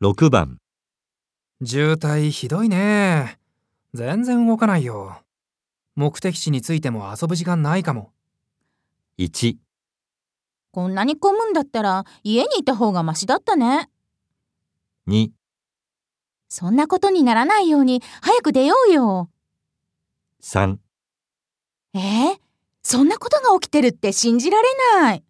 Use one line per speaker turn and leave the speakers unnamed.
6番
渋滞ひどいね全然動かないよ目的地に着いても遊ぶ時間ないかも
1
こんなに混むんだったら家にいた方がマシだったね。
2
そんなことにならないように早く出ようよ。
3
えー、そんなことが起きてるって信じられない。